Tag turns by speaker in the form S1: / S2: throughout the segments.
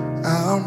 S1: could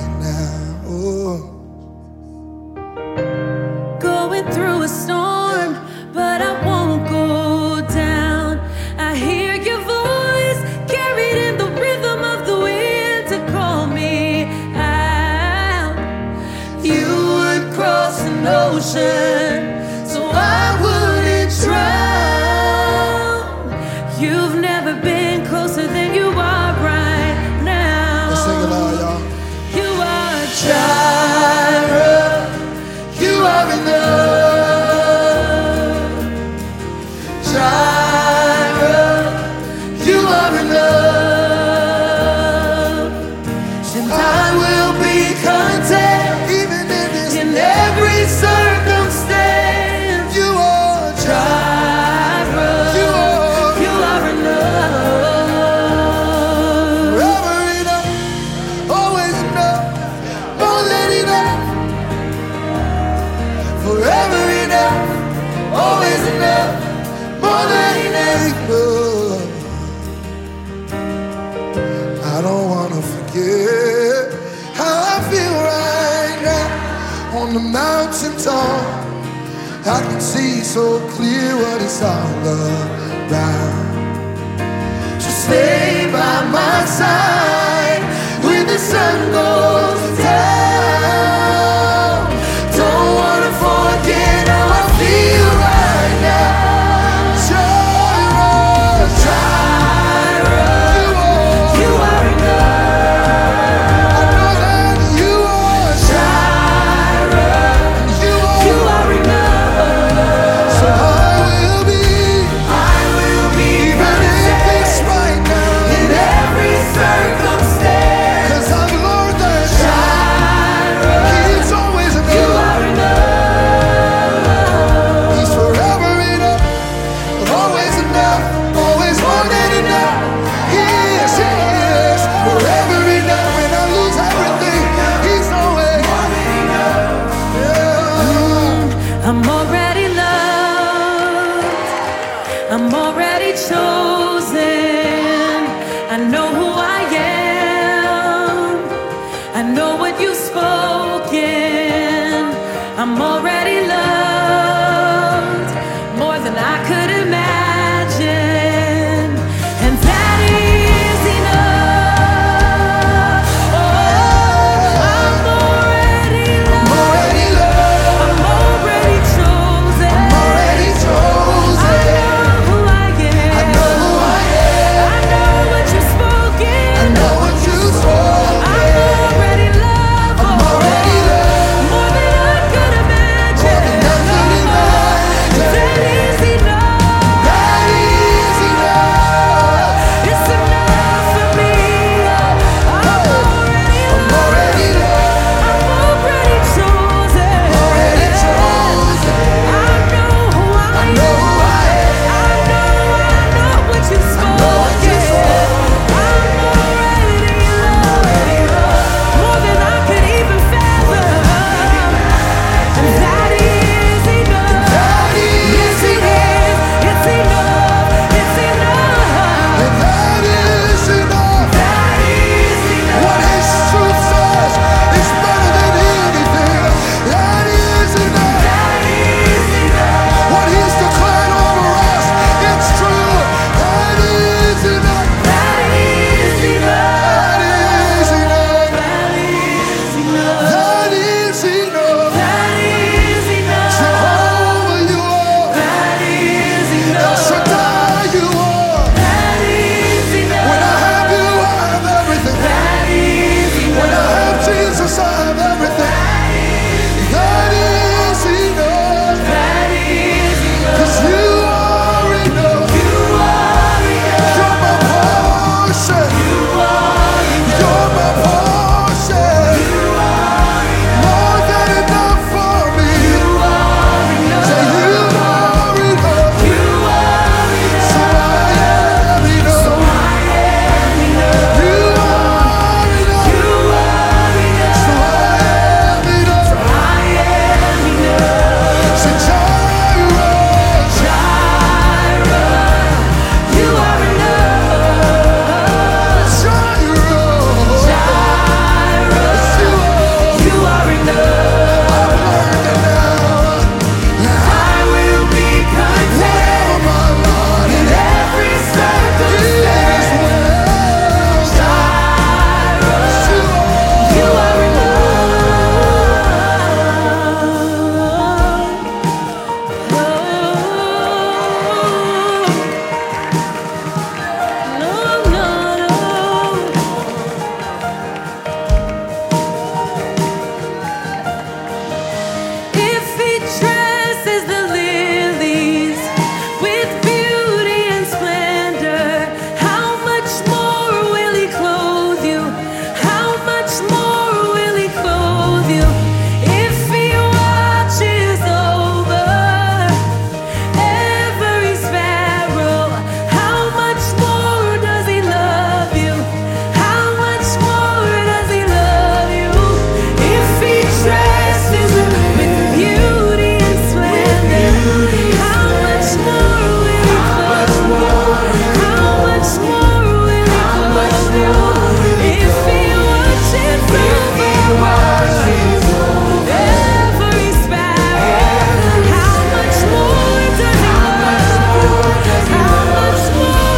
S1: now. Ooh.
S2: Going through a storm, but I won't go down. I hear your voice carried in the rhythm of the wind to call me out. You would cross an ocean, so I wouldn't drown. You've never been closer than you are right now.
S1: Let's sing it loud, y'all.
S2: You are Jireh.
S1: You are enough. Jireh, you are enough. And I will be content even in this
S2: In every circumstance,
S1: You are
S2: Jireh,
S1: You are-
S2: you are enough.
S1: forever enough, always enough, more than enough. Forever enough, always enough, more than enough. I don't wanna forget how I feel right now on the mountain top. I can see so clear what it's all about. So stay by my side when the sun goes down. Don't wanna forget how I feel right now. Jireh, Jireh, you
S2: You
S1: are.
S2: are enough.
S1: I know that you are. Jireh, you
S2: You
S1: are.
S2: are enough.
S1: So I will be.
S2: I will be Oh,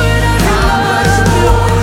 S2: Oh,
S1: more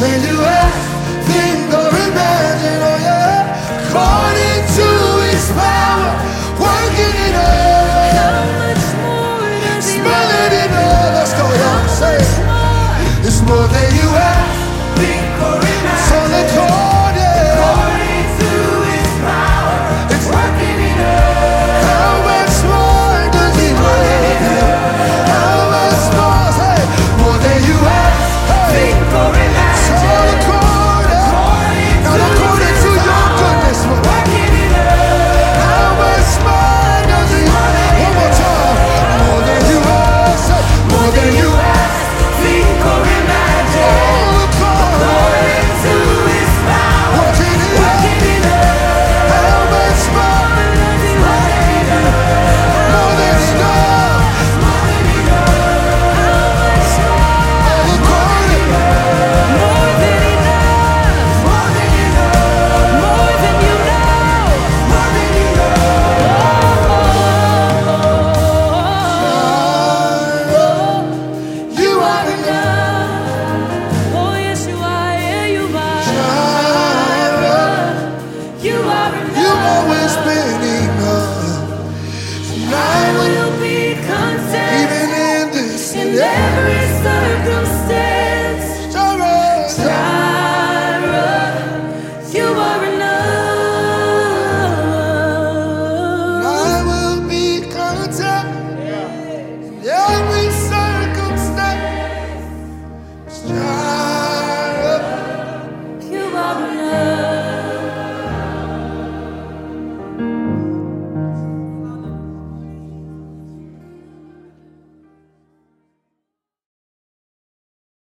S1: than you ever think or imagine. Oh yeah, according to His power, working in us,
S2: How much more does He
S1: smiling in
S2: love?
S1: us. Let's go,
S2: How
S1: y'all. Say
S2: much
S1: it.
S2: more?
S1: It's more than you ever think or imagine. So the chord, yeah. According to His power, it's working in us. How much more does He love? you? How much more? Hey, more than you ever think or imagine. So the chord, yeah. Now according to your goodness, we're working in us. How much more does He love? One more time. More than you ever, say, more than you ever.
S2: More than enough. More than you know. You are enough. Oh yes, you are. Yeah, you are. You are enough. I will be content in every circumstance. Jireh, you are enough.
S1: Every circumstance,